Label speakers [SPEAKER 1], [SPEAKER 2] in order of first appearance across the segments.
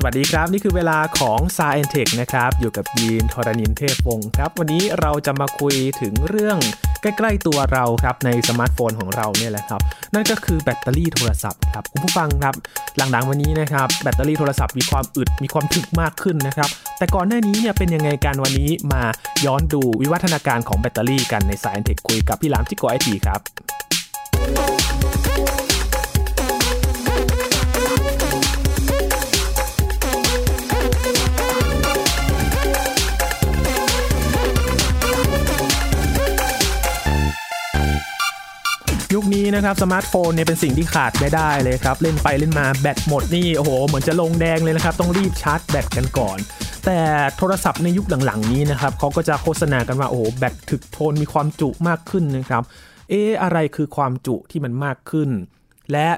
[SPEAKER 1] สวัสดีครับ นี่คือเวลาของ s าเอนเทคนะครับ อยู่กับยีนทรณินเทพวงศ์ครับ วันนี้เราจะมาคุยถึงเรื่องใกล้ๆตัวเราครับในสมาร์ทโฟนของเราเนี่ยแหละครับ นั่นก็คือแบตเตอรี่โทรศัพท์ครับคุณผู้ฟังครับ หลังๆวันนี้นะครับแบตเตอรี่โทรศัพท์มีความอึดมีความถึกมากขึ้นนะครับ แต่ก่อนหน้านี้เนี่ยเป็นยังไงกันวันนี้มาย้อนดูวิวัฒนาการของแบตเตอรี่กันในสายเทคคุยกับพี่หลามจิโกไอทีครับ ยุคนี้นะครับสมาร์ทโฟนเนี่ยเป็นสิ่งที่ขาดไม่ได้เลยครับ เล่นไปเล่นมาแบตหมดนี่โอ้โหเหมือนจะลงแดงเลยนะครับ ต้องรีบชาร์จแบตกันก่อน แต่โทรศัพท์ในยุคหลังๆนี้นะครับเขาก็จะโฆษณากันว่าโอ้โหแบตถึกทนมีความจุมากขึ้นนะครับ เอะอะไรคือความจุที่มันมากขึ้น และ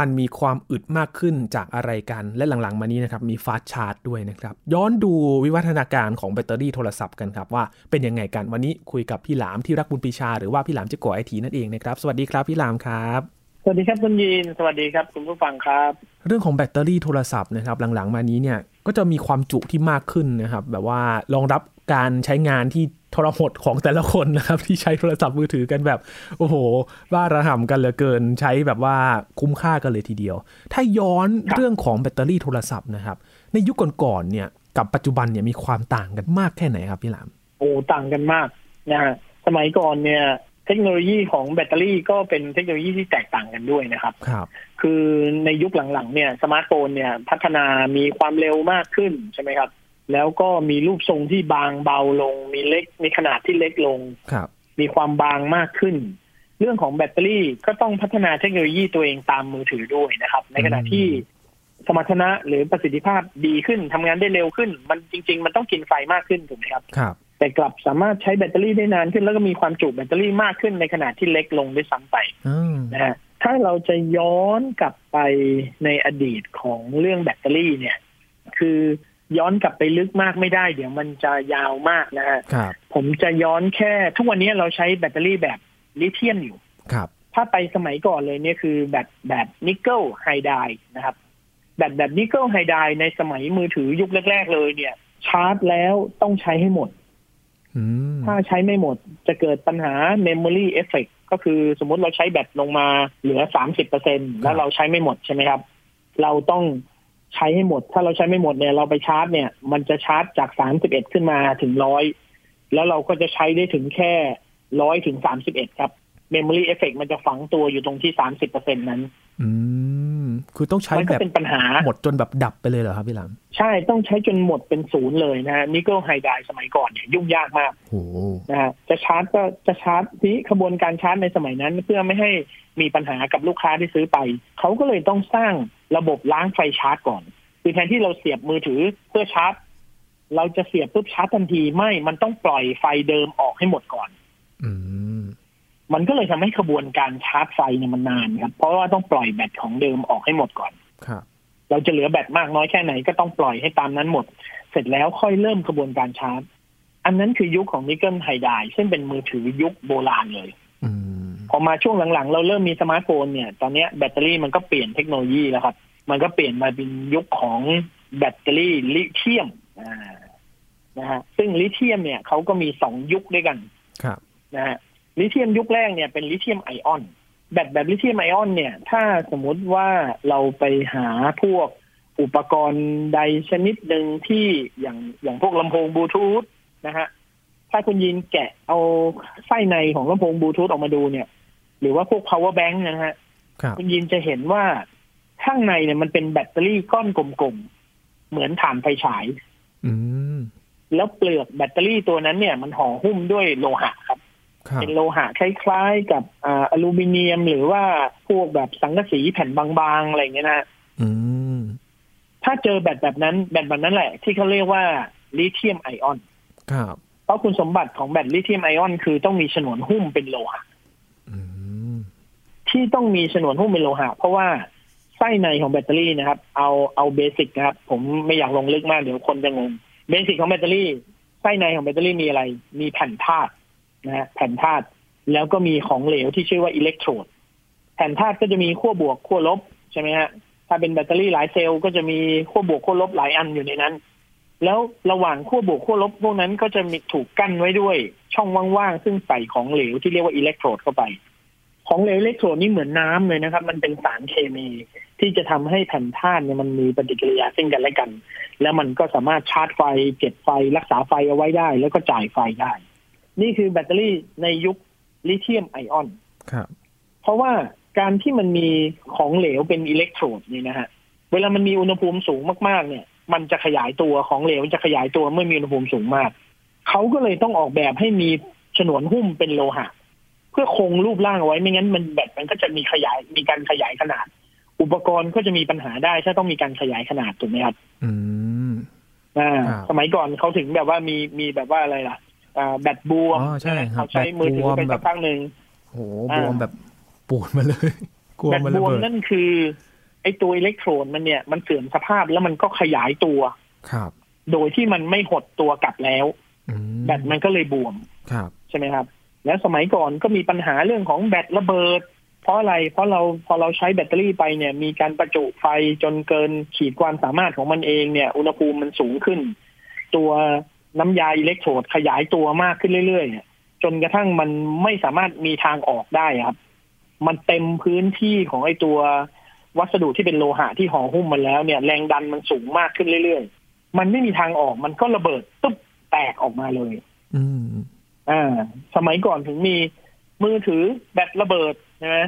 [SPEAKER 1] มันมีความอึดมากขึ้นจากอะไรกัน และหลังๆ มานี้นะครับมีฟาสต์ชาร์จด้วยนะครับ ย้อนดูวิวัฒนาการของแบตเตอรี่โทรศัพท์กันครับว่าเป็นยังไงกันวันนี้คุยกับพี่หลามที่รักบุญปีชาหรือว่าพี่หลามเจะก่อไอทีนั่นเองนะครับสวัสดีครับพี่หลามครับ
[SPEAKER 2] สวัสดีครับคุณยีน สวัสดีครับ คุณผู้ฟังครับ
[SPEAKER 1] เรื่องของแบตเตอรี่โทรศัพท์นะครับหลังๆมานี้เนี่ยก็จะมีความจุที่มากขึ้นนะครับ แบบว่ารองรับการใช้งานที่ทรหดของแต่ละคนนะครับ ที่ใช้โทรศัพท์มือถือกันแบบ โอ้โหบ้าระห่ำกันเหลือเกินใช้แบบว่าคุ้มค่ากันเลยทีเดียว ถ้าย้อน
[SPEAKER 2] ครับ
[SPEAKER 1] เรื่องของแบตเตอรี่โทรศัพท์นะครับ ในยุคก่อนๆเนี่ยกับปัจจุบันเนี่ยมีความต่างกันมากแค่ไหนครับพี่หลาม
[SPEAKER 2] โอ้ต่างกันมากนะฮะสมัยก่อนเนี่ย เทคโนโลยีของแบตเตอรี่ก็เป็นเทคโนโลยีที่แตกต่างกันด้วยนะครับ
[SPEAKER 1] ครับ
[SPEAKER 2] คือในยุคหลังๆเนี่ยสมาร์ทโฟนเนี่ยพัฒนามีความเร็วมากขึ้นใช่ไหมครับ แล้วก็มีรูปทรงที่บางเบาลง มีเล็กมีขนาดที่เล็กลง
[SPEAKER 1] ครับ
[SPEAKER 2] มีความบางมากขึ้น เรื่องของแบตเตอรี่ก็ต้องพัฒนาเทคโนโลยีตัวเองตามมือถือด้วยนะครับ ในขณะที่สมรรถนะหรือประสิทธิภาพดีขึ้นทำงานได้เร็วขึ้น มันจริง ๆ มันต้องกินไฟมากขึ้นถูกไหมครับ
[SPEAKER 1] ครับ
[SPEAKER 2] แต่กลับสามารถใช้แบตเตอรี่ได้นานขึ้น แล้วก็มีความจุแบตเตอรี่มากขึ้นในขณะที่เล็กลงด้วยซ้ำไป
[SPEAKER 1] อืม
[SPEAKER 2] นะฮะถ้าเราจะย้อนกลับไปในอดีตของเรื่องแบตเตอรี่เนี่ย คือย้อนกลับไปลึกมากไม่ได้ เดี๋ยวมันจะยาวมากนะฮะ
[SPEAKER 1] ครับ
[SPEAKER 2] ผมจะย้อนแค่ทุกวันนี้เราใช้แบตเตอรี่แบบลิเธียมอยู่
[SPEAKER 1] ครับ
[SPEAKER 2] ถ้าไปสมัยก่อนเลยเนี่ยคือแบตแบบนิกเกิลไฮไดด์นะครับ แบตแบบนิกเกิลไฮไดด์ในสมัยมือถือยุคแรก ๆ เลยเนี่ย ชาร์จแล้วต้องใช้ให้หมด
[SPEAKER 1] อืม
[SPEAKER 2] ถ้าใช้ไม่หมดจะเกิดปัญหา Memory Effect ก็คือสมมติเราใช้แบตลงมาเหลือ 30%แล้วเราใช้ไม่หมดใช่ไหมครับ เราต้องใช้ให้หมด ถ้าเราใช้ไม่หมดเนี่ย เราไปชาร์จเนี่ย มันจะชาร์จจาก 31 ขึ้นมาถึง 100 แล้วเราก็จะใช้ได้ถึงแค่ 100 ถึง 31 ครับ Memory Effect มันจะฝังตัวอยู่ตรงที่ 30%นั้น
[SPEAKER 1] อืมคือต้องใช้
[SPEAKER 2] มันก็
[SPEAKER 1] แบบ
[SPEAKER 2] เป็นปัญหา
[SPEAKER 1] หมดจนแบบดับไปเลยเหรอครับพี่หลาม
[SPEAKER 2] ใช่ต้องใช้จนหมดเป็นศูนย์เลยนะฮะนิกเกิลไฮไดสมัยก่อนเนี่ยยุ่งยากมาก
[SPEAKER 1] โห
[SPEAKER 2] นะฮะจะชาร์จก็จะชาร์จที่ขบวนการชาร์จในสมัยนั้น เพื่อไม่ให้มีปัญหากับลูกค้าที่ซื้อไป เขาก็เลยต้องสร้างระบบล้างไฟชาร์จก่อน คือแทนที่เราเสียบมือถือเพื่อชาร์จ เราจะเสียบปุ๊บชาร์จทันทีไม่ มันต้องปล่อยไฟเดิมออกให้หมดก่อน
[SPEAKER 1] อืม
[SPEAKER 2] มันก็เลยทำให้ขบวนการชาร์จไฟเนี่ยมันนานครับเพราะว่าต้องปล่อยแบตของเดิมออกให้หมดก่อน
[SPEAKER 1] ครับ
[SPEAKER 2] เราจะเหลือแบตมากน้อยแค่ไหนก็ต้องปล่อยให้ตามนั้นหมด เสร็จแล้วค่อยเริ่มกระบวนการชาร์จ อันนั้นคือยุคของนิกเกิลไฮไดด์ซึ่งเป็นมือถือยุคโบราณเลย
[SPEAKER 1] อืม
[SPEAKER 2] พอมาช่วงหลังๆ เราเริ่มมีสมาร์ทโฟนเนี่ย ตอนเนี้ยแบตเตอรี่มันก็เปลี่ยนเทคโนโลยีแล้วครับ มันก็เปลี่ยนมาเป็นยุคของแบตเตอรี่ลิเธียมอ่านะฮะซึ่งลิเธียมเนี่ยเขาก็มีสองยุคด้วยกัน
[SPEAKER 1] ครับ
[SPEAKER 2] นะฮะลิเธียมยุคแรกเนี่ยเป็นลิเธียมไอออน แบตแบบลิเธียมไอออนเนี่ย ถ้าสมมุติว่าเราไปหาพวกอุปกรณ์ใดชนิดหนึ่งที่อย่างอย่างพวกลำโพงบลูทูธนะฮะ ถ้าคุณยินแกะเอาไส้ในของลำโพงบลูทูธออกมาดูเนี่ย หรือว่าพวก power bank นะฮะ
[SPEAKER 1] ครับ
[SPEAKER 2] คุณยินจะเห็นว่าข้างในเนี่ยมันเป็นแบตเตอรี่ก้อนกลมๆ เหมือนถ่านไฟฉาย
[SPEAKER 1] อืม
[SPEAKER 2] แล้วเปลือกแบตเตอรี่ตัวนั้นเนี่ยมันห่อหุ้มด้วยโลหะครับ
[SPEAKER 1] ครับ
[SPEAKER 2] เป็นโลหะคล้ายๆ กับอาอลูมิเนียม หรือว่าพวกแบบสังกะสีแผ่นบางๆ อะไรอย่างเงี้ยนะฮะ
[SPEAKER 1] อืม
[SPEAKER 2] ถ้าเจอแบตแบบนั้นแบตแบบนั้นแหละ ที่เขาเรียกว่าลิเธียมไอออน
[SPEAKER 1] ครับ
[SPEAKER 2] เพราะคุณสมบัติของแบตลิเธียมไอออนคือต้องมีฉนวนหุ้มเป็นโลหะ
[SPEAKER 1] อืม
[SPEAKER 2] ที่ต้องมีฉนวนหุ้มเป็นโลหะ เพราะว่าไส้ในของแบตเตอรี่นะครับ เอาเอาเบสิกนะครับ ผมไม่อยากลงลึกมากเดี๋ยวคนจะงงเบสิกของแบตเตอรี่ไส้ในของแบตเตอรี่มีอะไร มีแผ่นธาตุนะฮะแผ่นธาตุแล้วก็มีของเหลวที่ชื่อว่าอิเล็กโทรด แผ่นธาตุก็จะมีขั้วบวกขั้วลบใช่ไหมฮะ ถ้าเป็นแบตเตอรี่หลายเซลล์ก็จะมีขั้วบวกขั้วลบหลายอันอยู่ในนั้น แล้วระหว่างขั้วบวกขั้วลบพวกนั้นก็จะมีถูกกั้นไว้ด้วยช่องว่างๆ ซึ่งใส่ของเหลวที่เรียกว่าอิเล็กโทรดเข้าไป ของเหลวอิเล็กโทรดนี่เหมือนน้ำเลยนะครับ มันเป็นสารเคมีที่จะทำให้แผ่นธาตุเนี่ยมันมีปฏิกิริยาซึ่งกันและกัน แล้วมันก็สามารถชาร์จไฟเก็บไฟรักษาไฟเอาไว้ได้ แล้วก็จ่ายไฟได้ นี่คือแบตเตอรี่ในยุคลิเธียมไอออน
[SPEAKER 1] ครับ
[SPEAKER 2] เพราะว่าการที่มันมีของเหลวเป็นอิเล็กโทรดนี่นะฮะ เวลามันมีอุณหภูมิสูงมากๆ เนี่ย มันจะขยายตัวของเหลวจะขยายตัวเมื่อมีอุณหภูมิสูงมาก เขาก็เลยต้องออกแบบให้มีฉนวนหุ้มเป็นโลหะ เพื่อคงรูปร่างเอาไว้ไม่งั้นมันแบตมันก็จะมีขยายมีการขยายขนาด อุปกรณ์ก็จะมีปัญหาได้ถ้าต้องมีการขยายขนาดถูกไหมครับ
[SPEAKER 1] อืม
[SPEAKER 2] อ่า
[SPEAKER 1] อ่า
[SPEAKER 2] สมัยก่อนเขาถึงแบบว่ามีมีแบบว่าอะไรล่ะอ่าแบตบวม
[SPEAKER 1] อ๋อใช่ครับ
[SPEAKER 2] เขาใช้มือถือไป
[SPEAKER 1] แบตบวม
[SPEAKER 2] สัก
[SPEAKER 1] แบบ
[SPEAKER 2] ตั้งหนึ่ง
[SPEAKER 1] โหบวมแบบปูดมาเลย กลัว
[SPEAKER 2] แบต
[SPEAKER 1] มัน
[SPEAKER 2] บ
[SPEAKER 1] ระ
[SPEAKER 2] วม
[SPEAKER 1] เบิด
[SPEAKER 2] นั่นคือไอตัวอิเล็กโทรนมันเนี่ยมันเสื่อมสภาพแล้วมันก็ขยายตัว
[SPEAKER 1] ครับ
[SPEAKER 2] โดยที่มันไม่หดตัวกลับแล้ว
[SPEAKER 1] อืม
[SPEAKER 2] แบตมันก็เลยบวม
[SPEAKER 1] ครับ
[SPEAKER 2] ใช่ไหมครับ แล้วสมัยก่อนก็มีปัญหาเรื่องของแบตระเบิด เพราะอะไรเพราะเราพอเราใช้แบตเตอรี่ไปเนี่ย มีการประจุไฟจนเกินขีดความสามารถของมันเองเนี่ย อุณหภูมิมันสูงขึ้น ตัวน้ำยาอิเล็กโทรดขยายตัวมากขึ้นเรื่อยๆเนี่ยจนกระทั่งมันไม่สามารถมีทางออกได้ครับ มันเต็มพื้นที่ของไอ้ตัววัสดุที่เป็นโลหะที่ห่อหุ้มมันแล้วเนี่ย แรงดันมันสูงมากขึ้นเรื่อยๆ มันไม่มีทางออกมันก็ระเบิดตุ๊บแตกออกมาเลย
[SPEAKER 1] อืม
[SPEAKER 2] อ่า สมัยก่อนถึงมีมือถือแบตระเบิดใช่ไหม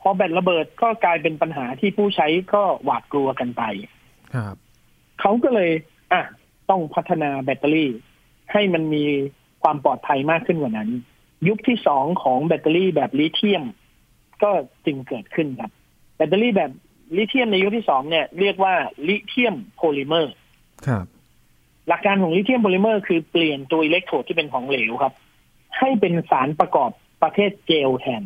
[SPEAKER 2] พอแบตระเบิดก็กลายเป็นปัญหาที่ผู้ใช้ก็หวาดกลัวกันไป
[SPEAKER 1] ครับ
[SPEAKER 2] เขาก็เลย อ่ะต้องพัฒนาแบตเตอรี่ ให้มันมีความปลอดภัยมากขึ้นกว่านั้น ยุคที่สองของแบตเตอรี่แบบลิเธียม ก็จึงเกิดขึ้นครับ แบตเตอรี่แบบลิเธียมในยุคที่สองเนี่ย เรียกว่าลิเธียมโพลิเมอร์
[SPEAKER 1] ครับ
[SPEAKER 2] หลักการของลิเธียมโพลิเมอร์คือเปลี่ยนตัวอิเล็กโทรดที่เป็นของเหลวครับ ให้เป็นสารประกอบประเภทเจลแทน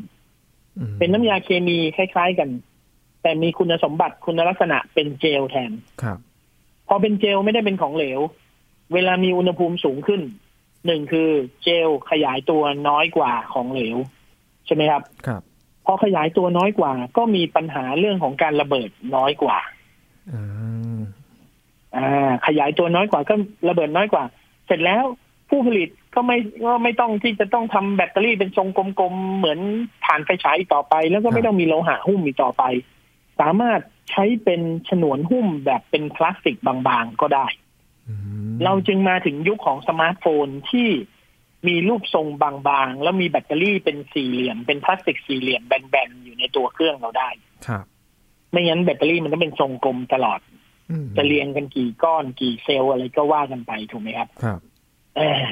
[SPEAKER 1] อืม
[SPEAKER 2] เป็นน้ำยาเคมีคล้ายๆกัน แต่มีคุณสมบัติคุณลักษณะเป็นเจลแทน
[SPEAKER 1] ครับ
[SPEAKER 2] พอเป็นเจลไม่ได้เป็นของเหลว เวลามีอุณหภูมิสูงขึ้น หนึ่งคือเจลขยายตัวน้อยกว่าของเหลว ใช่ไหมครับ
[SPEAKER 1] ครับ
[SPEAKER 2] พอขยายตัวน้อยกว่า ก็มีปัญหาเรื่องของการระเบิดน้อยกว่า
[SPEAKER 1] อ่า
[SPEAKER 2] อ่าขยายตัวน้อยกว่าก็ระเบิดน้อยกว่า เสร็จแล้วผู้ผลิตก็ไม่ก็ไม่ต้องที่จะต้องทำแบตเตอรี่เป็นทรงกลมๆเหมือนฐานไฟฉายอีกต่อไป แล้วก็ไม่ต้องมีโลหะหุ้มอีกต่อไป สามารถใช้เป็นฉนวนหุ้มแบบเป็นพลาสติกบางๆก็ได้
[SPEAKER 1] อืม
[SPEAKER 2] เราจึงมาถึงยุคของสมาร์ทโฟนที่มีรูปทรงบางๆ แล้วมีแบตเตอรี่เป็นสี่เหลี่ยม เป็นพลาสติกสี่เหลี่ยมแบนๆอยู่ในตัวเครื่องเราได้
[SPEAKER 1] ครับ
[SPEAKER 2] ไม่งั้นแบตเตอรี่มันต้องเป็นทรงกลมตลอด
[SPEAKER 1] อืม
[SPEAKER 2] จะเรียงกันกี่ก้อนกี่เซลล์อะไรก็ว่ากันไปถูกไหมครับ
[SPEAKER 1] ครับ
[SPEAKER 2] เออ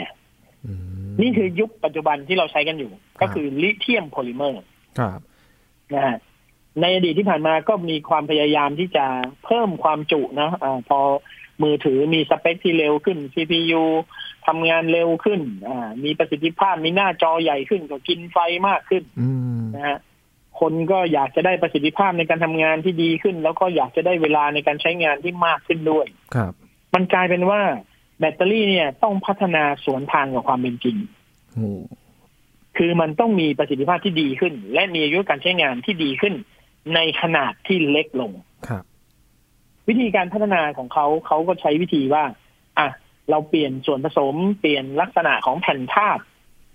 [SPEAKER 1] อืม
[SPEAKER 2] นี่คือยุคปัจจุบันที่เราใช้กันอยู่
[SPEAKER 1] ครั
[SPEAKER 2] ก็
[SPEAKER 1] บ
[SPEAKER 2] คือลิเธียมโพลิเมอร์
[SPEAKER 1] ครับ
[SPEAKER 2] นะฮะในอดีตที่ผ่านมาก็มีความพยายามที่จะเพิ่มความจุนะอาพอมือถือมีสเปคที่เร็วขึ้น CPU ทำงานเร็วขึ้นอ่ามีประสิทธิภาพมีหน้าจอใหญ่ขึ้นก็กินไฟมากขึ้น
[SPEAKER 1] อืม
[SPEAKER 2] นะฮะคนก็อยากจะได้ประสิทธิภาพในการทำงานที่ดีขึ้น แล้วก็อยากจะได้เวลาในการใช้งานที่มากขึ้นด้วย
[SPEAKER 1] ครับ
[SPEAKER 2] มันกลายเป็นว่าแบตเตอรี่เนี่ยต้องพัฒนาสวนทางกับความเป็นจริง
[SPEAKER 1] โอ้
[SPEAKER 2] คือมันต้องมีประสิทธิภาพที่ดีขึ้น และมีอายุการใช้งานที่ดีขึ้น ในขนาดที่เล็กลง
[SPEAKER 1] ครับ
[SPEAKER 2] วิธีการพัฒนาของเขาเขาก็ใช้วิธีว่าอ่ะเราเปลี่ยนส่วนผสม เปลี่ยนลักษณะของแผ่นธาตุ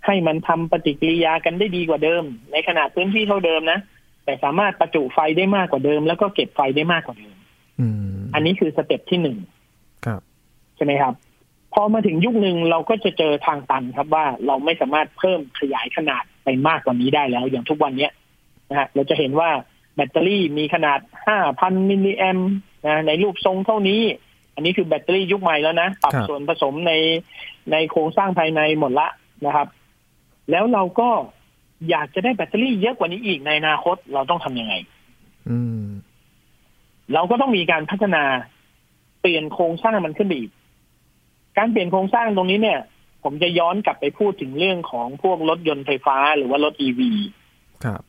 [SPEAKER 2] ให้มันทำปฏิกิริยากันได้ดีกว่าเดิม ในขนาดพื้นที่เท่าเดิมนะ แต่สามารถประจุไฟได้มากกว่าเดิม แล้วก็เก็บไฟได้มากกว่าเดิม
[SPEAKER 1] อืม
[SPEAKER 2] อันนี้คือสเต็ปที่หนึ่ง
[SPEAKER 1] ครับ
[SPEAKER 2] ใช่ไหมครับ พอมาถึงยุคหนึ่งเราก็จะเจอทางตันครับว่าเราไม่สามารถเพิ่มขยายขนาดไปมากกว่านี้ได้แล้ว อย่างทุกวันเนี้ยนะฮะเราจะเห็นว่าแบตเตอรี่มีขนาด 5,000 มิลลิแอมป์นะในรูปทรงเท่านี้ อันนี้คือแบตเตอรี่ยุคใหม่แล้วนะปรับ
[SPEAKER 1] ครับ
[SPEAKER 2] ส่วนผสมในในโครงสร้างภายในหมดละนะครับ แล้วเราก็อยากจะได้แบตเตอรี่เยอะกว่านี้อีกในอนาคตเราต้องทำยังไง
[SPEAKER 1] อืม
[SPEAKER 2] เราก็ต้องมีการพัฒนาเปลี่ยนโครงสร้างมันขึ้นไปอีก การเปลี่ยนโครงสร้างตรงนี้เนี่ย ผมจะย้อนกลับไปพูดถึงเรื่องของพวกรถยนต์ไฟฟ้าหรือว่ารถอีวี
[SPEAKER 1] ครับ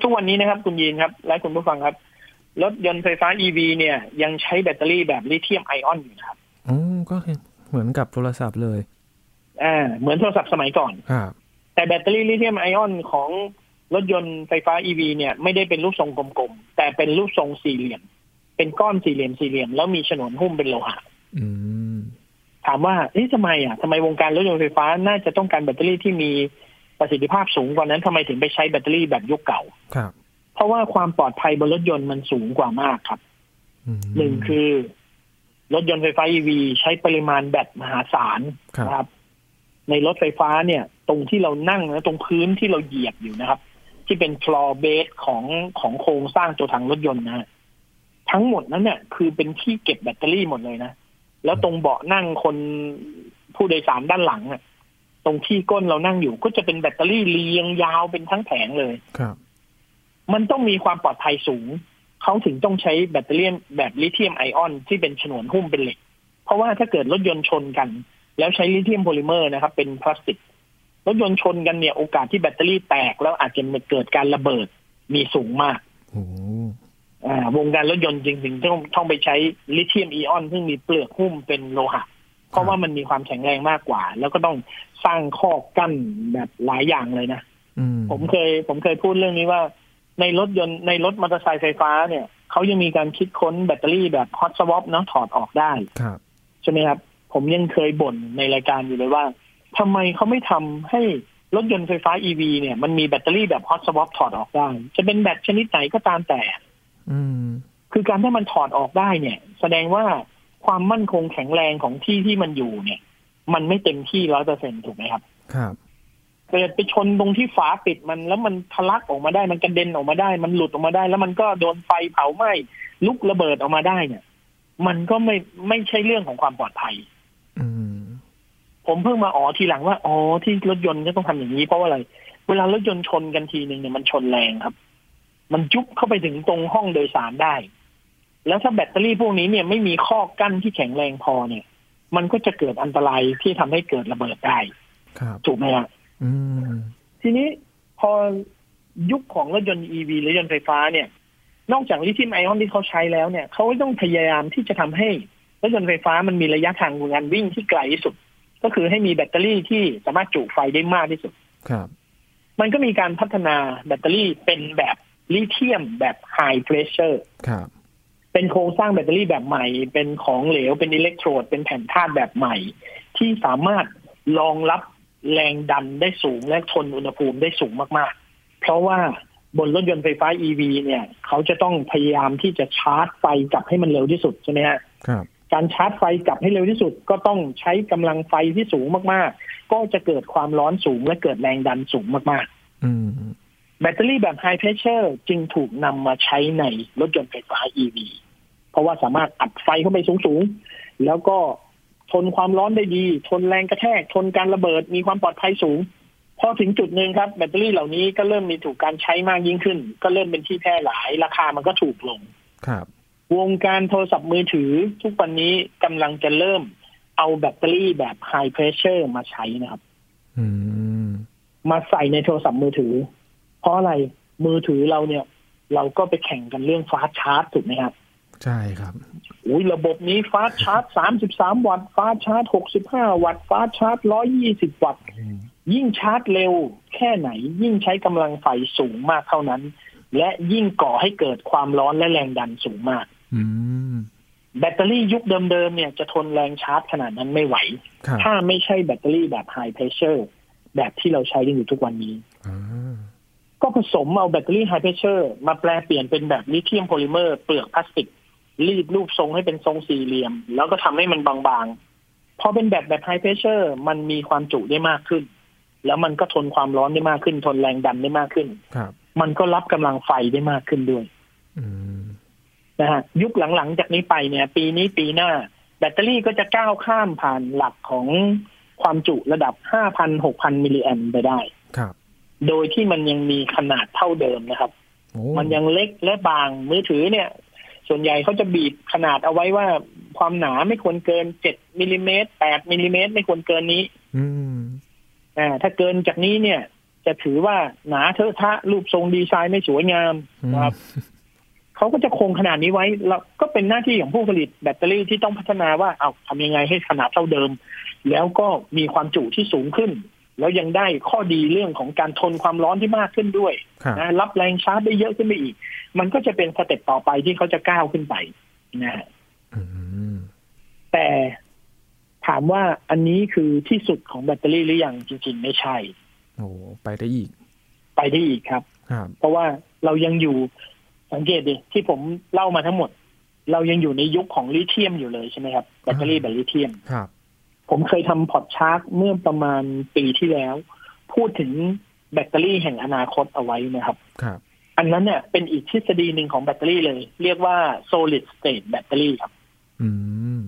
[SPEAKER 2] ทุกวันนี้นะครับ คุณยีนครับ และคุณผู้ฟังครับ รถยนต์ไฟฟ้าอีวีเนี่ย ยังใช้แบตเตอรี่แบบลิเธียมไอออนอยู่นะครับ
[SPEAKER 1] อ๋อก็คือเหมือนกับโทรศัพท์เลย
[SPEAKER 2] อ่าเหมือนโทรศัพท์สมัยก่อน
[SPEAKER 1] ครับ
[SPEAKER 2] แต่แบตเตอรี่ลิเธียมไอออนของรถยนต์ไฟฟ้าอีวีเนี่ย ไม่ได้เป็นรูปทรงกลมๆแต่เป็นรูปทรงสี่เหลี่ยม เป็นก้อนสี่เหลี่ยมสี่เหลี่ยมแล้วมีฉนวนหุ้มเป็นโลหะ
[SPEAKER 1] อืม
[SPEAKER 2] ถามว่าเอ๊ะทำไมอ่ะทำไมวงการรถยนต์ไฟฟ้าน่าจะต้องการแบตเตอรี่ที่มีประสิทธิภาพสูงกว่านั้นทำไมถึงไปใช้แบตเตอรี่แบบยุคเก่า
[SPEAKER 1] ครับ
[SPEAKER 2] เพราะว่าความปลอดภัยบนรถยนต์มันสูงกว่ามากครับ
[SPEAKER 1] อืม
[SPEAKER 2] หนึ่งคือ รถยนต์ไฟฟ้า EV ใช้ปริมาณแบตมหาศาล
[SPEAKER 1] ครับ
[SPEAKER 2] นะครับ ในรถไฟฟ้าเนี่ย ตรงที่เรานั่งและตรงพื้นที่เราเหยียบอยู่นะครับ ที่เป็นฟลอร์เบสของของโครงสร้างตัวถังรถยนต์นะฮะทั้งหมดนั้นเนี่ยคือเป็นที่เก็บแบตเตอรี่หมดเลยนะ แล้วตรงเบาะนั่งคนผู้โดยสารด้านหลังอะตรงที่ก้นเรานั่งอยู่ ก็จะเป็นแบตเตอรี่เรียงยาวเป็นทั้งแผงเลย
[SPEAKER 1] ครับ
[SPEAKER 2] มันต้องมีความปลอดภัยสูง เขาถึงต้องใช้แบตเตอรี่แบบลิเธียมไอออนที่เป็นฉนวนหุ้มเป็นเหล็ก เพราะว่าถ้าเกิดรถยนต์ชนกัน แล้วใช้ลิเธียมโพลิเมอร์นะครับ เป็นพลาสติก รถยนต์ชนกันเนี่ยโอกาสที่แบตเตอรี่แตก แล้วอาจจะเกิดการระเบิดมีสูงมาก
[SPEAKER 1] โอ้โห
[SPEAKER 2] อ่าวงการรถยนต์จริงๆต้องต้องไปใช้ลิเธียมไอออนซึ่งมีเปลือกหุ้มเป็นโลหะ เพราะว่ามันมีความแข็งแรงมากกว่า แล้วก็ต้องสร้างข้อกั้นแบบหลายอย่างเลยนะ
[SPEAKER 1] อืม
[SPEAKER 2] ผมเคยผมเคยพูดเรื่องนี้ว่า ในรถยนต์ในรถมอเตอร์ไซค์ไฟฟ้าเนี่ยเขายังมีการคิดค้นแบตเตอรี่แบบฮอตสวอปเนาะถอดออกได้
[SPEAKER 1] ครับ
[SPEAKER 2] ใช่ไหมครับ ผมยังเคยบ่นในรายการอยู่เลยว่าทำไมเขาไม่ทำให้รถยนต์ไฟฟ้า EV เนี่ยมันมีแบตเตอรี่แบบฮอตสวอปถอดออกได้ จะเป็นแบตชนิดไหนก็ตามแต่
[SPEAKER 1] อืม
[SPEAKER 2] คือการที่มันถอดออกได้เนี่ย แสดงว่าความมั่นคงแข็งแรงของที่ที่มันอยู่เนี่ย มันไม่เต็มที่ร้อยเปอร์เซ็นถูกไหมครับ
[SPEAKER 1] ครับ
[SPEAKER 2] เกิดไปชนตรงที่ฝาปิดมันแล้วมันทะลักออกมาได้ มันกระเด็นออกมาได้ มันหลุดออกมาได้ แล้วมันก็โดนไฟเผาไหม้ลุกระเบิดออกมาได้เนี่ย มันก็ไม่ไม่ใช่เรื่องของความปลอดภัย
[SPEAKER 1] อืม
[SPEAKER 2] ผมเพิ่งมาอ๋อทีหลังว่าอ๋อที่รถยนต์จะต้องทำอย่างนี้เพราะว่าอะไร เวลารถยนต์ชนกันทีหนึ่งเนี่ยมันชนแรงครับ มันจุ๊บเข้าไปถึงตรงห้องโดยสารได้ แล้วถ้าแบตเตอรี่พวกนี้เนี่ยไม่มีข้อกั้นที่แข็งแรงพอเนี่ย มันก็จะเกิดอันตรายที่ทำให้เกิดระเบิดได้
[SPEAKER 1] ครับ
[SPEAKER 2] ถูกไหมฮะ
[SPEAKER 1] อืม
[SPEAKER 2] ทีนี้พอยุคของรถยนต์ EV หรือรถยนต์ไฟฟ้าเนี่ย นอกจากลิเธียมไอออนที่เขาใช้แล้วเนี่ยเขาก็ต้องพยายามที่จะทำให้รถยนต์ไฟฟ้ามันมีระยะทางการวิ่งที่ไกลที่สุด ก็คือให้มีแบตเตอรี่ที่สามารถจุไฟได้มากที่สุด
[SPEAKER 1] ครับ
[SPEAKER 2] มันก็มีการพัฒนาแบตเตอรี่เป็นแบบลิเธียมแบบไฮเพรสเชอร์
[SPEAKER 1] ครับ
[SPEAKER 2] เป็นโครงสร้างแบตเตอรี่แบบใหม่ เป็นของเหลวเป็นอิเล็กโทรด เป็นแผ่นธาตุแบบใหม่ ที่สามารถรองรับแรงดันได้สูงและทนอุณหภูมิได้สูงมากๆ เพราะว่าบนรถยนต์ไฟฟ้า EV เนี่ย เขาจะต้องพยายามที่จะชาร์จไฟกลับให้มันเร็วที่สุดใช่ไหมฮะ
[SPEAKER 1] ครับ
[SPEAKER 2] การชาร์จไฟกลับให้เร็วที่สุด ก็ต้องใช้กำลังไฟที่สูงมากๆ ก็จะเกิดความร้อนสูงและเกิดแรงดันสูงมาก
[SPEAKER 1] อืม
[SPEAKER 2] ๆ แบตเตอรี่แบบไฮเพรสเชอร์จึงถูกนำมาใช้ในรถยนต์ไฟฟ้า EV เพราะว่าสามารถอัดไฟเข้าไปสูงๆ แล้วก็ทนความร้อนได้ดี ทนแรงกระแทก ทนการระเบิด มีความปลอดภัยสูง พอถึงจุดหนึ่งครับแบตเตอรี่เหล่านี้ก็เริ่มมีถูกการใช้มากยิ่งขึ้น ก็เริ่มเป็นที่แพร่หลาย ราคามันก็ถูกลง
[SPEAKER 1] ครับ
[SPEAKER 2] วงการโทรศัพท์มือถือทุกวันนี้กำลังจะเริ่มเอาแบตเตอรี่แบบไฮเพรสเชอร์มาใช้นะครับ
[SPEAKER 1] อืม
[SPEAKER 2] มาใส่ในโทรศัพท์มือถือ เพราะอะไรมือถือเราเนี่ย เราก็ไปแข่งกันเรื่องฟาสต์ชาร์จถูกไหมครับ
[SPEAKER 1] ใช่ครับ
[SPEAKER 2] อุ้ยระบบนี้ฟ้าชาร์จ 33 วัตต์ฟ้าชาร์จ 65 วัตต์ฟ้าชาร์จ 120 วัตต์ ยิ่งชาร์จเร็วแค่ไหน ยิ่งใช้กำลังไฟสูงมากเท่านั้น และยิ่งก่อให้เกิดความร้อนและแรงดันสูงมาก
[SPEAKER 1] อืม
[SPEAKER 2] แบตเตอรี่ยุคเดิมๆเนี่ยจะทนแรงชาร์จขนาดนั้นไม่ไหว
[SPEAKER 1] ครับ
[SPEAKER 2] ถ้าไม่ใช่แบตเตอรี่แบบไฮเพรสเชอร์แบบที่เราใช้กันอยู่ทุกวันนี้
[SPEAKER 1] อ่า
[SPEAKER 2] ก็ผสมเอาแบตเตอรี่ไฮเพรสเชอร์มาแปลเปลี่ยนเป็นแบบลิเธียมโพลิเมอร์เปลือกพลาสติก รีดรูปทรงให้เป็นทรงสี่เหลี่ยม แล้วก็ทำให้มันบางๆ พอเป็นแบบแบบไฮเพรสเชอร์มันมีความจุได้มากขึ้น แล้วมันก็ทนความร้อนได้มากขึ้น ทนแรงดันได้มากขึ้น
[SPEAKER 1] ครับ
[SPEAKER 2] มันก็รับกำลังไฟได้มากขึ้นด้วย
[SPEAKER 1] อืม
[SPEAKER 2] นะฮะยุคหลังๆ จากนี้ไปเนี่ย ปีนี้ปีหน้า แบตเตอรี่ก็จะก้าวข้ามผ่านหลักของความจุระดับ 5,000-6,000 มิลลิแอมไปได้
[SPEAKER 1] ครับ
[SPEAKER 2] โดยที่มันยังมีขนาดเท่าเดิมนะครับ
[SPEAKER 1] โอ้
[SPEAKER 2] มันยังเล็กและบางมือถือเนี่ย ส่วนใหญ่เขาจะบีบขนาดเอาไว้ว่าความหนาไม่ควรเกิน 7มิลลิเมตร8มิลลิเมตรไม่ควรเกินนี้
[SPEAKER 1] อืม
[SPEAKER 2] อ่าถ้าเกินจากนี้เนี่ย จะถือว่าหนาเทอะทะรูปทรงดีไซน์ไม่สวยงามนะครับ เขาก็จะคงขนาดนี้ไว้แล้วก็เป็นหน้าที่ของผู้ผลิตแบตเตอรี่ที่ต้องพัฒนาว่าเอาทำยังไงให้ขนาดเท่าเดิม แล้วก็มีความจุที่สูงขึ้น แล้วยังได้ข้อดีเรื่องของการทนความร้อนที่มากขึ้นด้วย
[SPEAKER 1] ครับ
[SPEAKER 2] นะรับแรงชาร์จได้เยอะขึ้นไปอีก มันก็จะเป็นสเต็ปต่อไปที่เขาจะก้าวขึ้นไป นะฮะ
[SPEAKER 1] อืม
[SPEAKER 2] แต่ถามว่าอันนี้คือที่สุดของแบตเตอรี่หรือยังจริง ๆ ไม่ใช่
[SPEAKER 1] โอ้ไปได้อีก
[SPEAKER 2] ไปได้อีกครับ
[SPEAKER 1] ครับ
[SPEAKER 2] เพราะว่าเรายังอยู่สังเกตดิที่ผมเล่ามาทั้งหมด เรายังอยู่ในยุคของลิเธียมอยู่เลยใช่ไหมครับแบตเตอรี่แบบลิเธียม
[SPEAKER 1] ครับ
[SPEAKER 2] ผมเคยทำพอดชาร์กเมื่อประมาณปีที่แล้ว พูดถึงแบตเตอรี่แห่งอนาคตเอาไว้นะครับ
[SPEAKER 1] ครับ
[SPEAKER 2] อันนั้นเนี่ยเป็นอีกทฤษฎีหนึ่งของแบตเตอรี่เลย เรียกว่า solid state battery ครับ
[SPEAKER 1] อืม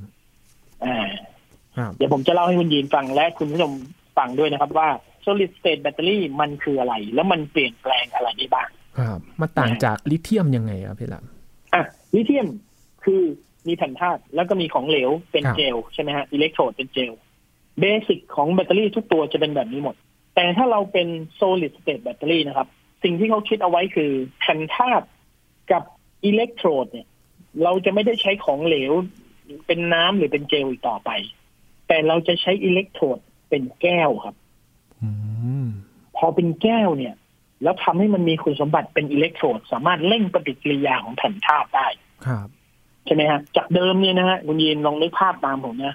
[SPEAKER 2] อ่า
[SPEAKER 1] ครับ
[SPEAKER 2] เดี๋ยวผมจะเล่าให้คุณยีนฟังและคุณผู้ชมฟังด้วยนะครับว่า solid state battery มันคืออะไร แล้วมันเปลี่ยนแปลงอะไรได้บ้าง
[SPEAKER 1] ครับมาต่างจากลิเธียมยังไงครับพี่หลัง
[SPEAKER 2] อ่ะลิเธียมคือมีแผ่นธาตุแล้วก็มีของเหลวเป็น
[SPEAKER 1] ครับ
[SPEAKER 2] เจลใช่ไหมฮะอิเล็กโทรดเป็นเจลเบสิกของแบตเตอรี่ทุกตัวจะเป็นแบบนี้หมด แต่ถ้าเราเป็น solid state แบตเตอรี่นะครับ สิ่งที่เขาคิดเอาไว้คือแผ่นธาตุกับอิเล็กโทรดเนี่ย เราจะไม่ได้ใช้ของเหลวเป็นน้ำหรือเป็นเจลอีกต่อไป แต่เราจะใช้อิเล็กโทรดเป็นแก้วครับ
[SPEAKER 1] อืม
[SPEAKER 2] พอเป็นแก้วเนี่ย แล้วทำให้มันมีคุณสมบัติเป็นอิเล็กโทรดสามารถเร่งปฏิกิริยาของแผ่นธาตุได้
[SPEAKER 1] ครับ
[SPEAKER 2] ใช่ไหมฮะจากเดิมเนี่ยนะฮะคุณยีนลองนึกภาพตามผมนะ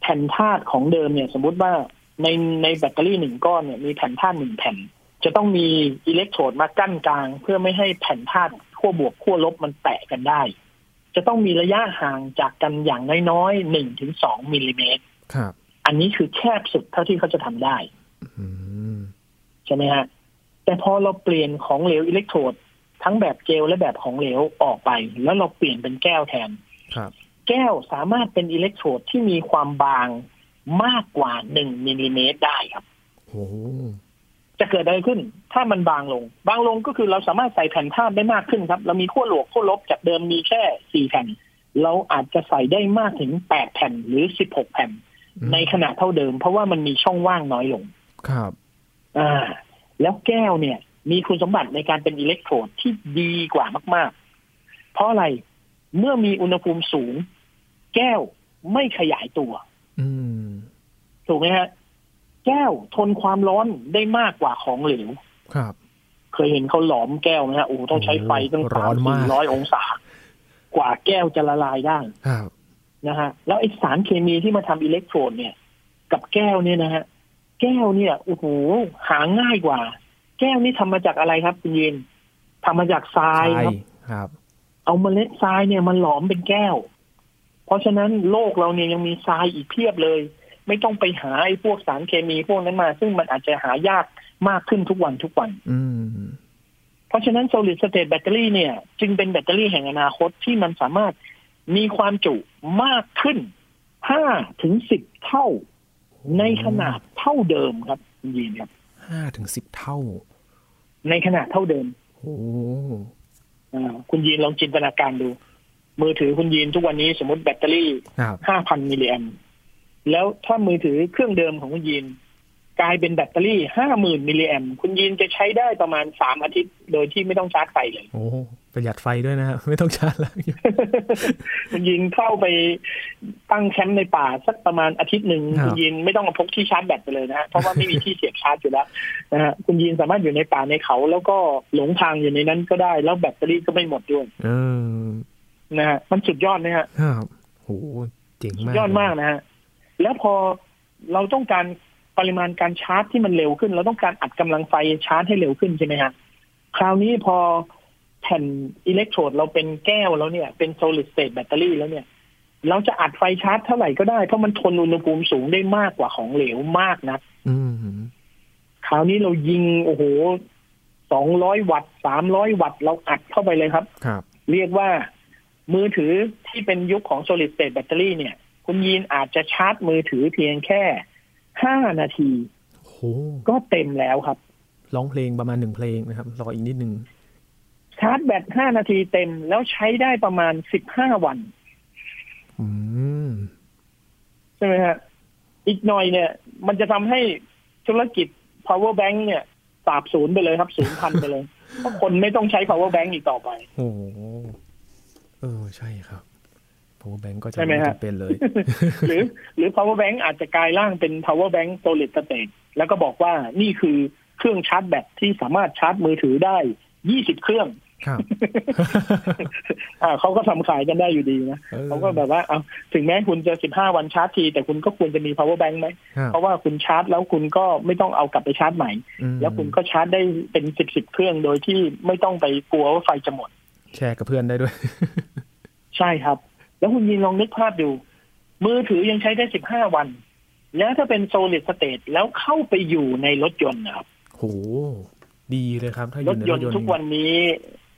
[SPEAKER 2] แผ่นธาตุของเดิมเนี่ย สมมุติว่าในในแบตเตอรี่หนึ่งก้อนเนี่ยมีแผ่นธาตุหนึ่งแผ่น จะต้องมีอิเล็กโทรดมากั้นกลาง เพื่อไม่ให้แผ่นธาตุขั้วบวกขั้วลบมันแตะกันได้ จะต้องมีระยะห่างจากกันอย่างน้อยๆหนึ่งถึงสองมิลลิเมตร
[SPEAKER 1] ครับ
[SPEAKER 2] อันนี้คือแคบสุดเท่าที่เขาจะทำได้
[SPEAKER 1] อืม
[SPEAKER 2] ใช่ไหมฮะ แต่พอเราเปลี่ยนของเหลวอิเล็กโทรดทั้งแบบเจลและแบบของเหลวออกไป แล้วเราเปลี่ยนเป็นแก้วแทน
[SPEAKER 1] ครับ
[SPEAKER 2] แก้วสามารถเป็นอิเล็กโทรดที่มีความบางมากกว่าหนึ่งมิลลิเมตรได้ครับ
[SPEAKER 1] โอ้
[SPEAKER 2] จะเกิดอะไรขึ้น ถ้ามันบางลง บางลงก็คือเราสามารถใส่แผ่นธาตุได้มากขึ้นครับ เรามีขั้วหลวกขั้วลบจากเดิมมีแค่สี่แผ่น เราอาจจะใส่ได้มากถึงแปดแผ่นหรือสิบหกแผ่น ในขนาดเท่าเดิม เพราะว่ามันมีช่องว่างน้อยลง
[SPEAKER 1] ครับ
[SPEAKER 2] อ่า แล้วแก้วเนี่ย มีคุณสมบัติในการเป็นอิเล็กโทรดที่ดีกว่ามาก ๆ เพราะอะไรเมื่อมีอุณหภูมิสูง แก้วไม่ขยายตัว
[SPEAKER 1] อืม
[SPEAKER 2] ถูกไหมฮะ แก้วทนความร้อนได้มากกว่าของเหลว
[SPEAKER 1] ครับ
[SPEAKER 2] เคยเห็นเขาหลอมแก้วไหมฮะโอ้โหต้องใช้ไฟตั้ง
[SPEAKER 1] ร้
[SPEAKER 2] สา
[SPEAKER 1] อ
[SPEAKER 2] ม
[SPEAKER 1] นมาก
[SPEAKER 2] สี่ร้อยองศา กว่าแก้วจะละลายได้
[SPEAKER 1] ครับ
[SPEAKER 2] นะฮะ แล้วไอสารเคมีที่มาทำอิเล็กโทรนเนี่ย กับแก้วเนี่ยนะฮะ แก้วเนี่ยโอ้โหหาง่ายกว่า แก้วนี่ทำมาจากอะไรครับคุณยินทำมาจากทรายครับ
[SPEAKER 1] ครับ
[SPEAKER 2] เอาเมล็ดทรายเนี่ยมันหลอมเป็นแก้ว เพราะฉะนั้นโลกเราเนี่ยยังมีทรายอีกเพียบเลย ไม่ต้องไปหาไอ้พวกสารเคมีพวกนั้นมา ซึ่งมันอาจจะหายากมากขึ้นทุกวันทุกวัน
[SPEAKER 1] อืม
[SPEAKER 2] เพราะฉะนั้น solid state battery เนี่ย จึงเป็นแบตเตอรี่แห่งอนาคตที่มันสามารถมีความจุมากขึ้นห้าถึงสิบเท่า ในขนาดเท่าเดิมครับคุณยีนครับ
[SPEAKER 1] ห้าถึงสิบเท่า
[SPEAKER 2] ในขนาดเท่าเดิม
[SPEAKER 1] โอ้
[SPEAKER 2] อ่าคุณยีนลองจินตนาการดู มือถือคุณยีนทุกวันนี้สมมติแบตเตอรี่
[SPEAKER 1] ครับ
[SPEAKER 2] ห้าพันมิลลิแอมป์แล้วถ้ามือถือเครื่องเดิมของคุณยีน กลายเป็นแบตเตอรี่ห้าหมื่นมิลลิแอมป์คุณยีนจะใช้ได้ประมาณสามอาทิตย์ โดยที่ไม่ต้องชาร์จไฟเลย
[SPEAKER 1] โอ้ ประหยัดไฟด้วยนะฮะ ไม่ต้องชาร์จแล้ว
[SPEAKER 2] คุณยีนเข้าไปตั้งแคมป์ในป่าสักประมาณอาทิตย์หนึ่ง
[SPEAKER 1] ครับ
[SPEAKER 2] คุณยีนไม่ต้องมาพกที่ชาร์จแบตไปเลยนะฮะเพราะว่าไม่มีที่เสียบชาร์จอยู่แล้วนะฮะคุณยีนสามารถอยู่ในป่าในเขา แล้วก็หลงทางอยู่ในนั้นก็ได้ แล้วแบ ตเตอรี่ก็ไม่หมดด้วย
[SPEAKER 1] เออ
[SPEAKER 2] นะฮะมันสุดยอดนะฮะ
[SPEAKER 1] ครับโอ้เจ๋งมาก
[SPEAKER 2] ยอดมากนะฮะ แล้วพอเราต้องการปริมาณการชาร์จที่มันเร็วขึ้น เราต้องการอัดกำลังไฟชาร์จให้เร็วขึ้นใช่ไหมฮะ คราวนี้พอแผ่นอิเล็กโทรดเราเป็นแก้วแล้วเนี่ย เป็น solid state battery แล้วเนี่ย เราจะอัดไฟชาร์จเท่าไหร่ก็ได้ เพราะมันทนอุณหภูมิสูงได้มากกว่าของเหลวมากนะ
[SPEAKER 1] อืม
[SPEAKER 2] คราวนี้เรายิงโอ้โหสองร้อยวัตต์สามร้อยวัตต์ เราอัดเข้าไปเลยครับ
[SPEAKER 1] ครับ
[SPEAKER 2] เรียกว่ามือถือที่เป็นยุคของ solid state battery เนี่ย คุณยีนอาจจะชาร์จมือถือเพียงแค่ 5 นาที
[SPEAKER 1] โอ้
[SPEAKER 2] ก็เต็มแล้วครับ
[SPEAKER 1] ร้องเพลงประมาณหนึ่งเพลงนะครับ รออีกนิดนึง
[SPEAKER 2] ชาร์จแบต 5 นาทีเต็มแล้วใช้ได้ประมาณ 15 วัน
[SPEAKER 1] อืม
[SPEAKER 2] ใช่ไหมฮะ อีกหน่อยเนี่ย มันจะทำให้ธุรกิจ power bank เนี่ยสาบศูนย์ไปเลยครับศูนย์พันไปเลย เพราะคนไม่ต้องใช้ power bank อีกต่อไป
[SPEAKER 1] โอ้เออ ใช่ครับ power bank ก็จะ
[SPEAKER 2] ใช่ไหมฮะ
[SPEAKER 1] จำเป็นเลย
[SPEAKER 2] หรือหรือ power bank อาจจะกลายร่างเป็น power bank solid state แล้วก็บอกว่านี่คือเครื่องชาร์จแบตที่สามารถชาร์จมือถือได้ 20 เครื่อง
[SPEAKER 1] ครับ
[SPEAKER 2] อ่าเขาก็ทำขายกันได้อยู่ดีนะ
[SPEAKER 1] ออ
[SPEAKER 2] เขาก็แบบว่าเอาถึงแม้คุณจะ 15 วันชาร์จที แต่คุณก็ควรจะมี power bank ไหม
[SPEAKER 1] ครับ
[SPEAKER 2] เพราะว่าคุณชาร์จแล้วคุณก็ไม่ต้องเอากลับไปชาร์จใหม่
[SPEAKER 1] อืม
[SPEAKER 2] แล้วคุณก็ชาร์จได้เป็นสิบสิบเครื่องโดยที่ไม่ต้องไปกลัวว่าไฟจะหมด
[SPEAKER 1] แชร์กับเพื่อนได้ด้วย
[SPEAKER 2] ใช่ครับ แล้วคุณยินลองนึกภาพดู มือถือยังใช้ได้ 15 วัน แล้วถ้าเป็นโซลิดสเต e แล้วเข้าไปอยู่ในรถยนต์นะครับ
[SPEAKER 1] โห ดีเลยครับ ถ้าอ
[SPEAKER 2] ร
[SPEAKER 1] ยู่
[SPEAKER 2] ถ
[SPEAKER 1] ใน
[SPEAKER 2] ย
[SPEAKER 1] ร
[SPEAKER 2] น
[SPEAKER 1] ถ
[SPEAKER 2] ต์
[SPEAKER 1] ยนต์
[SPEAKER 2] ทุกวันนี้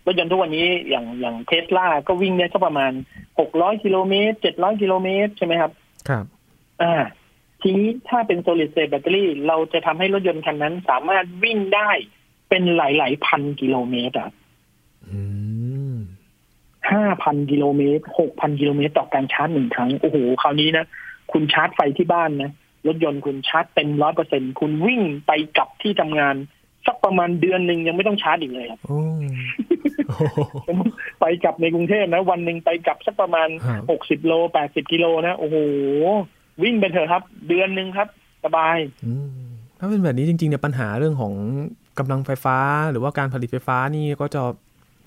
[SPEAKER 2] รถยนต์ทุกวันนี้อย่างอย่างเทสลาก็วิ่งได้สักประมาณ 600 กิโลเมตร 700 กิโลเมตรใช่ไหมครับ
[SPEAKER 1] ครับ
[SPEAKER 2] อ่า ทีนี้ถ้าเป็นโซลิดสเต e แบตเตอรี่เราจะทำให้รถยนต์คันนั้นสามารถวิ่งได้เป็นหลาย ๆ พันกิโลเมตรอะ
[SPEAKER 1] อืม
[SPEAKER 2] ห้าพันกิโลเมตรหกพันกิโลเมตรต่อการชาร์จหนึ่งครั้ง โอ้โห คราวนี้นะ คุณชาร์จไฟที่บ้านนะ รถยนต์คุณชาร์จเต็มร้อยเปอร์เซ็นคุณวิ่งไปกลับที่ทำงาน สักประมาณเดือนหนึ่งยังไม่ต้องชาร์จอีกเลยครับ
[SPEAKER 1] โอ้โห
[SPEAKER 2] ไปกลับในกรุงเทพนะ วันหนึ่งไปกลับสักประมาณ
[SPEAKER 1] ครับ
[SPEAKER 2] หกสิบโลแปดสิบกิโลนะ โอ้โห วิ่งไปเถอะครับ เดือนหนึ่งครับ สบาย
[SPEAKER 1] อืมถ้าเป็นแบบนี้จริงๆเนี่ยปัญหาเรื่องของกำลังไฟฟ้า หรือว่าการผลิตไฟฟ้านี่ก็จะ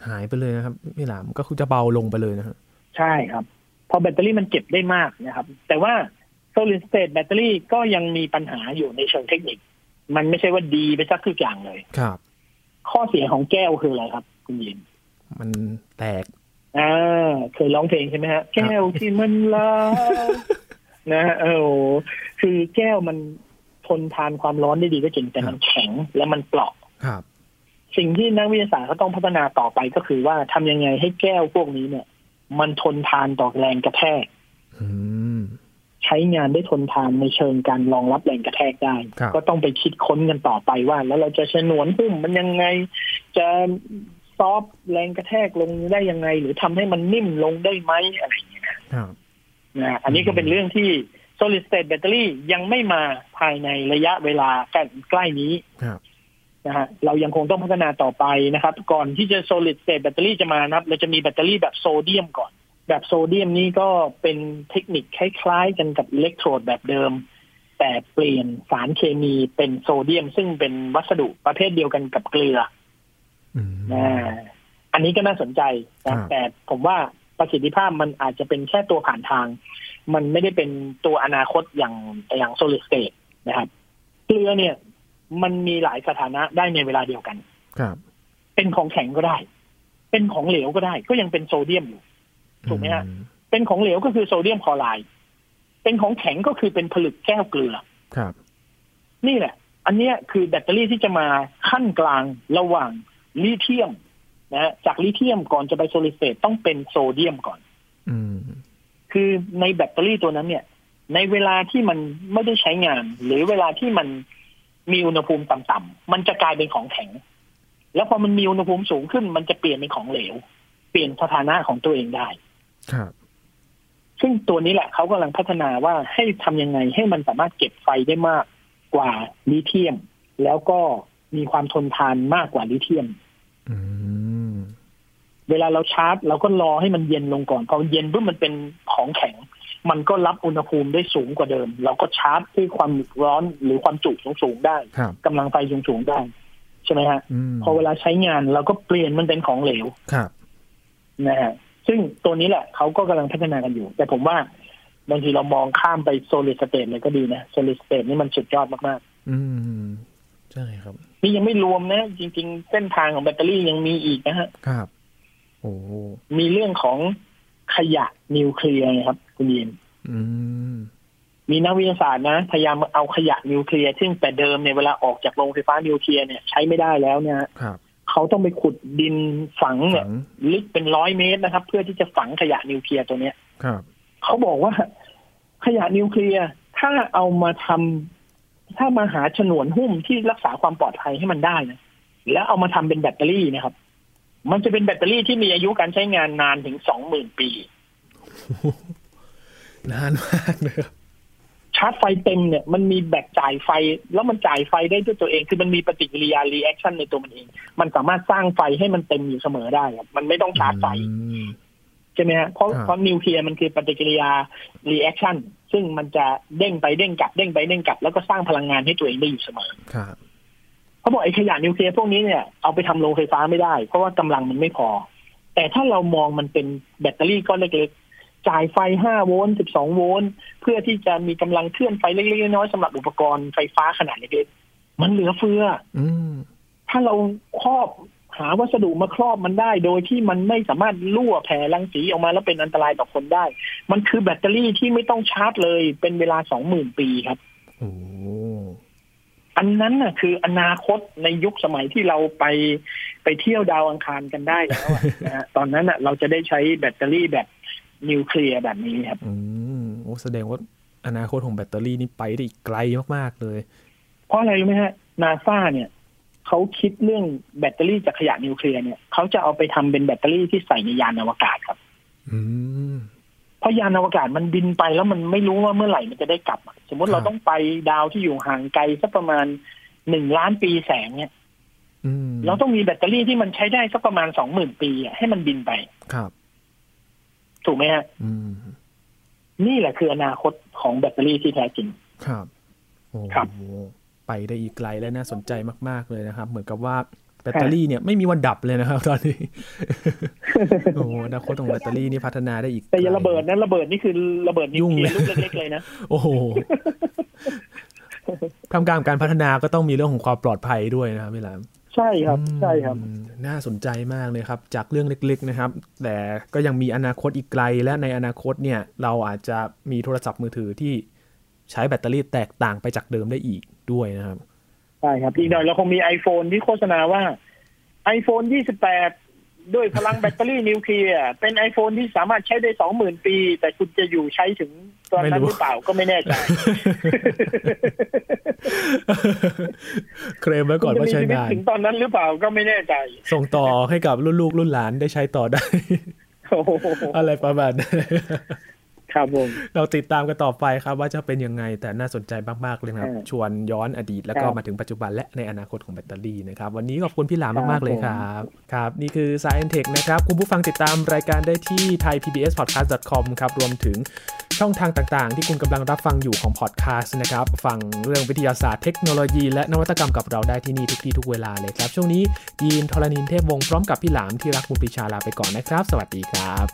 [SPEAKER 1] หายไปเลยนะครับพี่หลามก็คือจะเบาลงไปเลยนะฮะ
[SPEAKER 2] ใช่ครับ เพราะแบตเตอรี่มันเก็บได้มากนะครับ แต่ว่า solid state แบตเตอรี่ก็ยังมีปัญหาอยู่ในเชิงเทคนิค มันไม่ใช่ว่าดีไปสักทุกอย่างเลย
[SPEAKER 1] ครับ
[SPEAKER 2] ข้อเสียของแก้วคืออะไรครับคุณยิน
[SPEAKER 1] มันแตก
[SPEAKER 2] อ่าเคยร้องเพลงใช่ไหมฮะ แก้วที่มัน ลาวนะฮะเออโหคือแก้วมันทนทานความร้อนได้ดีก็จริงแต่มันแข็งและมันเปราะ
[SPEAKER 1] ครับ
[SPEAKER 2] สิ่งที่นักวิทยาศาสตร์เขาต้องพัฒนาต่อไปก็คือว่าทำยังไงให้แก้วพวกนี้เนี่ย มันทนทานต่อแรงกระแทก
[SPEAKER 1] อืม
[SPEAKER 2] ใช้งานได้ทนทานในเชิงการรองรับแรงกระแทกได้
[SPEAKER 1] ครับ
[SPEAKER 2] ก็ต้องไปคิดค้นกันต่อไปว่า แล้วเราจะฉนวนหุ้มมันยังไง จะซอฟต์แรงกระแทกลงได้ยังไง หรือทำให้มันนิ่มลงได้ไหมอะไรอย่างเงี้ย
[SPEAKER 1] ครับ
[SPEAKER 2] นะอันนี้ก็เป็นเรื่องที่ solid state battery ยังไม่มาภายในระยะเวลาใกล้ๆนี้
[SPEAKER 1] ครับ
[SPEAKER 2] นะฮะเรายังคงต้องพัฒนาต่อไปนะครับ ก่อนที่จะ solid state battery จะมานะครับ เราจะมีแบตเตอรี่แบบโซเดียมก่อน แบบโซเดียมนี้ก็เป็นเทคนิคคล้ายๆกันกับอิเล็กโทรดแบบเดิม แต่เปลี่ยนสารเคมีเป็นโซเดียม ซึ่งเป็นวัสดุประเภทเดียวกันกับเกลือ
[SPEAKER 1] อืม
[SPEAKER 2] อ่าอันนี้ก็น่าสนใจ
[SPEAKER 1] ครั
[SPEAKER 2] นะ
[SPEAKER 1] บ
[SPEAKER 2] แต่ผมว่าประสิทธิภาพมันอาจจะเป็นแค่ตัวผ่านทาง มันไม่ได้เป็นตัวอนาคตอย่างอย่างโซลิดสเตตนะครับ เกลือเนี่ย มันมีหลายสถานะได้ในเวลาเดียวกัน
[SPEAKER 1] ครับ
[SPEAKER 2] เป็นของแข็งก็ได้ เป็นของเหลวก็ได้ ก็ยังเป็นโซเดียมอยู่ ถูกไหมฮะ เป็นของเหลวก็คือโซเดียมคลอไรด์เป็นของแข็งก็คือเป็นผลึกแก้วเกลือ
[SPEAKER 1] ครับ
[SPEAKER 2] นี่แหละ อันเนี้ยคือแบตเตอรี่ที่จะมาขั้นกลางระหว่างลิเทียมนะฮะจากลิเทียมก่อนจะไปโซลิดสเตตต้องเป็นโซเดียมก่อน
[SPEAKER 1] อืม
[SPEAKER 2] คือในแบตเตอรี่ตัวนั้นเนี่ย ในเวลาที่มันไม่ได้ใช้งาน หรือเวลาที่มันมีอุณหภูมิต่ำๆมันจะกลายเป็นของแข็ง แล้วพอมันมีอุณหภูมิสูงขึ้น มันจะเปลี่ยนเป็นของเหลว เปลี่ยนสถานะของตัวเองได้
[SPEAKER 1] ครับ
[SPEAKER 2] ซึ่งตัวนี้แหละเขากำลังพัฒนาว่าให้ทำยังไงให้มันสามารถเก็บไฟได้มากกว่าลิเทียม แล้วก็มีความทนทานมากกว่าลิเทียม
[SPEAKER 1] อืม
[SPEAKER 2] เวลาเราชาร์จ เราก็รอให้มันเย็นลงก่อนพอเย็นปุ๊บมันเป็นของแข็ง มันก็รับอุณหภูมิได้สูงกว่าเดิม เราก็ชาร์จด้วยความร้อนหรือความจุสูงๆได้
[SPEAKER 1] ครับ
[SPEAKER 2] กำลังไฟสูงๆได้ใช่ไหมฮะ
[SPEAKER 1] อืม
[SPEAKER 2] พอเวลาใช้งานเราก็เปลี่ยนมันเป็นของเหลว
[SPEAKER 1] ครับ
[SPEAKER 2] นะฮะซึ่งตัวนี้แหละเขาก็กำลังพัฒนากันอยู่ แต่ผมว่าบางทีเรามองข้ามไปโซลิดสเต e เลยก็ดีนะโซลิดสเต e นี่มันสุดยอดมาก
[SPEAKER 1] อืม ใช่ครับ
[SPEAKER 2] ๆ นี่ยังไม่รวมนะ จริง ๆ เส้นทางของแบตเตอรี่ยังมีอีกนะฮะ
[SPEAKER 1] ครับ โอ้โห
[SPEAKER 2] มีเรื่องของขยะนิวเคลียร์นะครับ คุณยิน
[SPEAKER 1] อืม
[SPEAKER 2] มีนักวิทยาศาสตร์นะ พยายามเอาขยะนิวเคลียร์ซึ่งแต่เดิมเนี่ยเวลาออกจากโรงไฟฟ้านิวเคลียร์เนี่ยใช้ไม่ได้แล้วเนี่ยฮะ
[SPEAKER 1] ครับ
[SPEAKER 2] เขาต้องไปขุดดินฝังเนี่
[SPEAKER 1] ฝั
[SPEAKER 2] ย
[SPEAKER 1] ง
[SPEAKER 2] ลึกเป็นร้อยเมตรนะครับ เพื่อที่จะฝังขยะนิวเคลียร์ตัวเนี้ย
[SPEAKER 1] ครับ
[SPEAKER 2] เขาบอกว่า ขยะนิวเคลียร์ถ้าเอามาทำถ้ามาหาฉนวนหุ้มที่รักษาความปลอดภัยให้มันได้นะแล้วเอามาทำเป็นแบตเตอรี่นะครับ มันจะเป็นแบตเตอรี่ที่มีอายุการใช้งานนานถึงสองหมื่นปี
[SPEAKER 1] นานมากเลยครับ
[SPEAKER 2] ชาร์จไฟเต็มเนี่ยมันมีแบตจ่ายไฟ แล้วมันจ่ายไฟได้ด้วยตัวเอง คือมันมีปฏิกิริยา รีแอคชั่นในตัวมันเอง มันสามารถสร้างไฟให้มันเต็มอยู่เสมอได้ครับมันไม่ต้องชาร์จไฟ
[SPEAKER 1] อืม
[SPEAKER 2] ใช่ไหมฮะเพราะ
[SPEAKER 1] ครับ
[SPEAKER 2] เพราะนิวเคลียร์มันคือปฏิกิริยา reaction ซึ่งมันจะเด้งไปเด้งกลับเด้งไปเด้งกลับ แล้วก็สร้างพลังงานให้ตัวเองได้อยู่เสมอ
[SPEAKER 1] ครับ
[SPEAKER 2] เขาบอกไอ้ขยะนิวเคลียร์พวกนี้เนี่ยเอาไปทำโรงไฟฟ้าไม่ได้ เพราะว่ากำลังมันไม่พอ แต่ถ้าเรามองมันเป็นแบตเตอรี่ก้อนเล็กๆ จ่ายไฟ 5 โวลต์ 12 โวลต์ เพื่อที่จะมีกำลังเคลื่อนไฟเล็กๆ น้อยๆสำหรับอุปกรณ์ไฟฟ้าขนาดเล็กๆมันเหลือเฟือ
[SPEAKER 1] อืม
[SPEAKER 2] ถ้าเราครอบหาวัสดุมาครอบมันได้ โดยที่มันไม่สามารถรั่วแผ่รังสีออกมาแล้วเป็นอันตรายต่อคนได้ มันคือแบตเตอรี่ที่ไม่ต้องชาร์จเลยเป็นเวลาสองหมื่นปีครับ
[SPEAKER 1] โอ้
[SPEAKER 2] อันนั้นน่ะคืออนาคตในยุคสมัยที่เราไปไปเที่ยวดาวอังคารกันได้แล้วอะ นะฮะตอนนั้นน่ะเราจะได้ใช้แบตเตอรี่แบบนิวเคลียร์แบบนี้ครับ
[SPEAKER 1] อืมโอ้แสดงว่าอนาคตของแบตเตอรี่นี่ไปได้อีกไกลมากๆเลย
[SPEAKER 2] เพราะอะไรรู้ไหมฮะนาซาเนี่ยเขาคิดเรื่องแบตเตอรี่จากขยะนิวเคลียร์เนี่ยเขาจะเอาไปทำเป็นแบตเตอรี่ที่ใส่ในยานอวกาศครับ
[SPEAKER 1] อืม
[SPEAKER 2] เพราะยานอวกาศมันบินไปแล้วมันไม่รู้ว่าเมื่อไหร่มันจะได้กลับอะสมมติเรา
[SPEAKER 1] ครับ
[SPEAKER 2] ต้องไปดาวที่อยู่ห่างไกลสักประมาณหนึ่งล้านปีแสงเนี่ย
[SPEAKER 1] อืม
[SPEAKER 2] เราต้องมีแบตเตอรี่ที่มันใช้ได้สักประมาณสองหมื่นปีอะให้มันบินไป
[SPEAKER 1] ครับ
[SPEAKER 2] ถูกไหมฮะ
[SPEAKER 1] อืม
[SPEAKER 2] นี่แหละคืออนาคตของแบตเตอรี่ที่แท้จริง
[SPEAKER 1] ครับโอ้
[SPEAKER 2] ครับ
[SPEAKER 1] โหไปได้อีกไกลและน่าสนใจมาก ๆ เลยนะครับ เหมือนกับว่าแบตเตอรี่เนี่ยไม่มีวันดับเลยนะครับ ตอนนี้ โอ้โหอนาคตของแบตเตอรี่นี่พัฒนาได้อีกไกล
[SPEAKER 2] แต่อย่าระเบิดนะระเบิดนี่คือระเบิดนิวเคลียร์
[SPEAKER 1] ยุ่
[SPEAKER 2] ลู
[SPEAKER 1] ง
[SPEAKER 2] ก
[SPEAKER 1] เลย
[SPEAKER 2] เล็กๆเลยนะ
[SPEAKER 1] โอ้โหทำกลารการพัฒนาก็ต้องมีเรื่องของความปลอดภัยด้วยนะครับพี่หลาม
[SPEAKER 2] ใช่ครับ ใช่ครับ
[SPEAKER 1] อืมน่าสนใจมากเลยครับ จากเรื่องเล็กๆนะครับ แต่ก็ยังมีอนาคตอีกไกล และในอนาคตเนี่ย เราอาจจะมีโทรศัพท์มือถือที่ใช้แบตเตอรี่แตกต่างไปจากเดิมได้อีกด้วยนะครับ
[SPEAKER 2] ใช่ครับ อีกหน่อยเราคงมี iPhone ที่โฆษณาว่า iPhone 28 ด้วยพลังแบตเตอรี่นิวเคลียร์เป็น iPhone ที่สามารถใช้ได้ 20,000 ปี แต่คุณจะอยู่ใช้ถึงตอนนั้
[SPEAKER 1] ไม่
[SPEAKER 2] น
[SPEAKER 1] รู้
[SPEAKER 2] หรือเปล่าก็ไม่แน่ใจ
[SPEAKER 1] เคลมไว้ก่อน
[SPEAKER 2] คุณ
[SPEAKER 1] ว่า
[SPEAKER 2] จะ
[SPEAKER 1] ใช้
[SPEAKER 2] มี
[SPEAKER 1] นาน
[SPEAKER 2] ชีวิตถึงตอนนั้นหรือเปล่าก็ไม่แน่ใจ
[SPEAKER 1] ส่งต่อให้กับรุ่นลูกรุ่นหลานได้ใช้ต่อได้
[SPEAKER 2] โอ้โห
[SPEAKER 1] อะไรประมาณนั้น
[SPEAKER 2] ครับผม
[SPEAKER 1] เราติดตามกันต่อไปครับว่าจะเป็นยังไงแต่น่าสนใจมากๆเลยนะครับ
[SPEAKER 2] ครับ
[SPEAKER 1] ชวนย้อนอดีตแล้วก็
[SPEAKER 2] ครับ
[SPEAKER 1] มาถึงปัจจุบันและในอนาคตของแบตเตอรี่นะครับ วันนี้ขอบคุณพี่หลาม
[SPEAKER 2] ครับ
[SPEAKER 1] มาก ๆ เลยครับ ครับ นี่คือ Science Tech นะครับ คุณผู้ฟังติดตามรายการได้ที่ thaipbspodcast.com ครับ รวมถึงช่องทางต่างๆ ที่คุณกำลังรับฟังอยู่ของพอดแคสต์นะครับ ฟังเรื่องวิทยาศาสตร์เทคโนโลยี และนวัตกรรมกับเราได้ที่นี่ทุกที่ทุกเวลาเลยครับ ช่วงนี้ยีนทรณินเทพวงศ์พร้อมกับพี่หลามที่รักคุณปรีชาลาไปก่อนนะครับ สวัสดีครับ